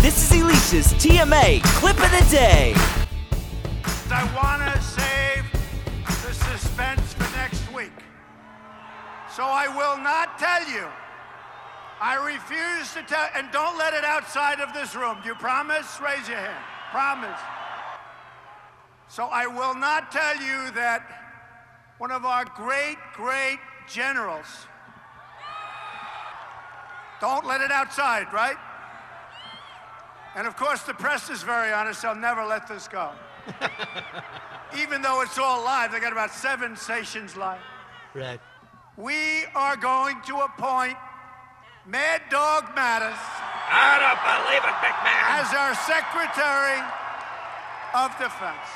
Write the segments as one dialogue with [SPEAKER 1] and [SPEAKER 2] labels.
[SPEAKER 1] This is Alicia's TMA Clip of the Day.
[SPEAKER 2] I want to save the suspense for next week. So I will not tell you. I refuse to tell, and don't let it outside of this room. Do you promise? Raise your hand. Promise. So I will not tell you that one of our great, great generals. Don't let it outside, right? And of course, the press is very honest. They'll never let this go. Even though it's all live, they got about seven stations live.
[SPEAKER 3] Right.
[SPEAKER 2] We are going to appoint Mad Dog Mattis
[SPEAKER 4] I don't believe it, McMahon.
[SPEAKER 2] as our Secretary of Defense.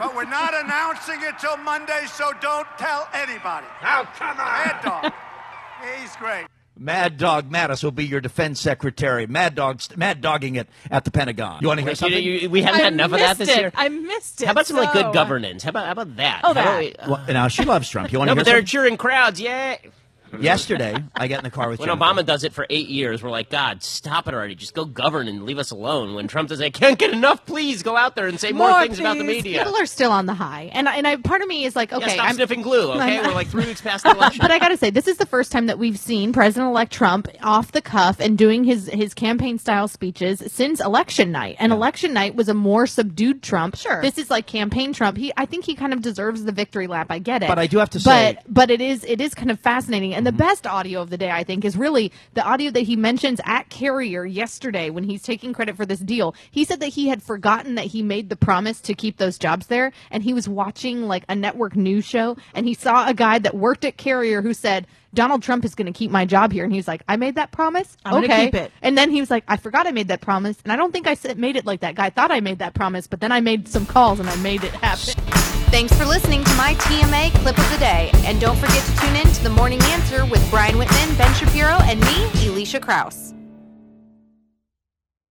[SPEAKER 2] But we're not announcing it till Monday, so don't tell anybody.
[SPEAKER 4] Now come
[SPEAKER 2] Mad
[SPEAKER 4] on.
[SPEAKER 2] Dog. He's great.
[SPEAKER 5] Mad Dog Mattis will be your defense secretary. Mad dog, mad dogging it at the Pentagon. You want to hear
[SPEAKER 3] Wait,
[SPEAKER 5] something?
[SPEAKER 3] you- you- we haven't had enough of that this
[SPEAKER 6] missed it.
[SPEAKER 3] year.
[SPEAKER 6] I missed it.
[SPEAKER 3] How about some like
[SPEAKER 6] so-
[SPEAKER 3] good governance? How about how about that?
[SPEAKER 6] Oh,
[SPEAKER 3] How about
[SPEAKER 6] that.
[SPEAKER 3] we-
[SPEAKER 5] Well, now she loves Trump. You want
[SPEAKER 3] no,
[SPEAKER 5] to
[SPEAKER 3] but
[SPEAKER 5] hear
[SPEAKER 3] they're cheering crowds. Yeah.
[SPEAKER 5] something? Yesterday, I got in the car with
[SPEAKER 3] When
[SPEAKER 5] Jim.
[SPEAKER 3] Obama does it for eight years, we're like, God, stop it already. Just go govern and leave us alone. When Trump says, I can't get enough, please go out there and say more, things about the
[SPEAKER 6] please.
[SPEAKER 3] media.
[SPEAKER 6] People are still on the high, and I- and I, part of me is like,
[SPEAKER 3] Yeah,
[SPEAKER 6] okay,
[SPEAKER 3] stop
[SPEAKER 6] I'm,
[SPEAKER 3] sniffing glue, okay?
[SPEAKER 6] I'm-
[SPEAKER 3] We're like three weeks past the election.
[SPEAKER 6] but I got to say, this is the first time that we've seen President-elect Trump off the cuff and doing his his campaign-style speeches since election night. And election night was a more subdued Trump.
[SPEAKER 7] Sure.
[SPEAKER 6] this is like campaign Trump. He, I think he kind of deserves the victory lap. I get it,
[SPEAKER 5] But I do have to
[SPEAKER 6] but,
[SPEAKER 5] say-
[SPEAKER 6] but it is it is kind of fascinating. And
[SPEAKER 7] Mm-hmm.
[SPEAKER 6] the best audio of the day, I think, is really the audio that he mentions at Carrier yesterday when he's taking credit for this deal. He said that he had forgotten that he made the promise to keep those jobs there, and he was watching like a network news show, and he saw a guy that worked at Carrier who said. Donald Trump is going to keep my job here, and he's like, "I made that promise.
[SPEAKER 7] I'm gonna
[SPEAKER 6] okay.
[SPEAKER 7] keep it.
[SPEAKER 6] And then he was like, "I forgot I made that promise, and I don't think I said- made it like that." Guy thought I made that promise, but then I made some calls and I made it happen.
[SPEAKER 7] Thanks for listening to my TMA clip of the day. And don't forget to tune in to The Morning Answer with Brian Whitman, Ben Shapiro, and me, Elisha Krause.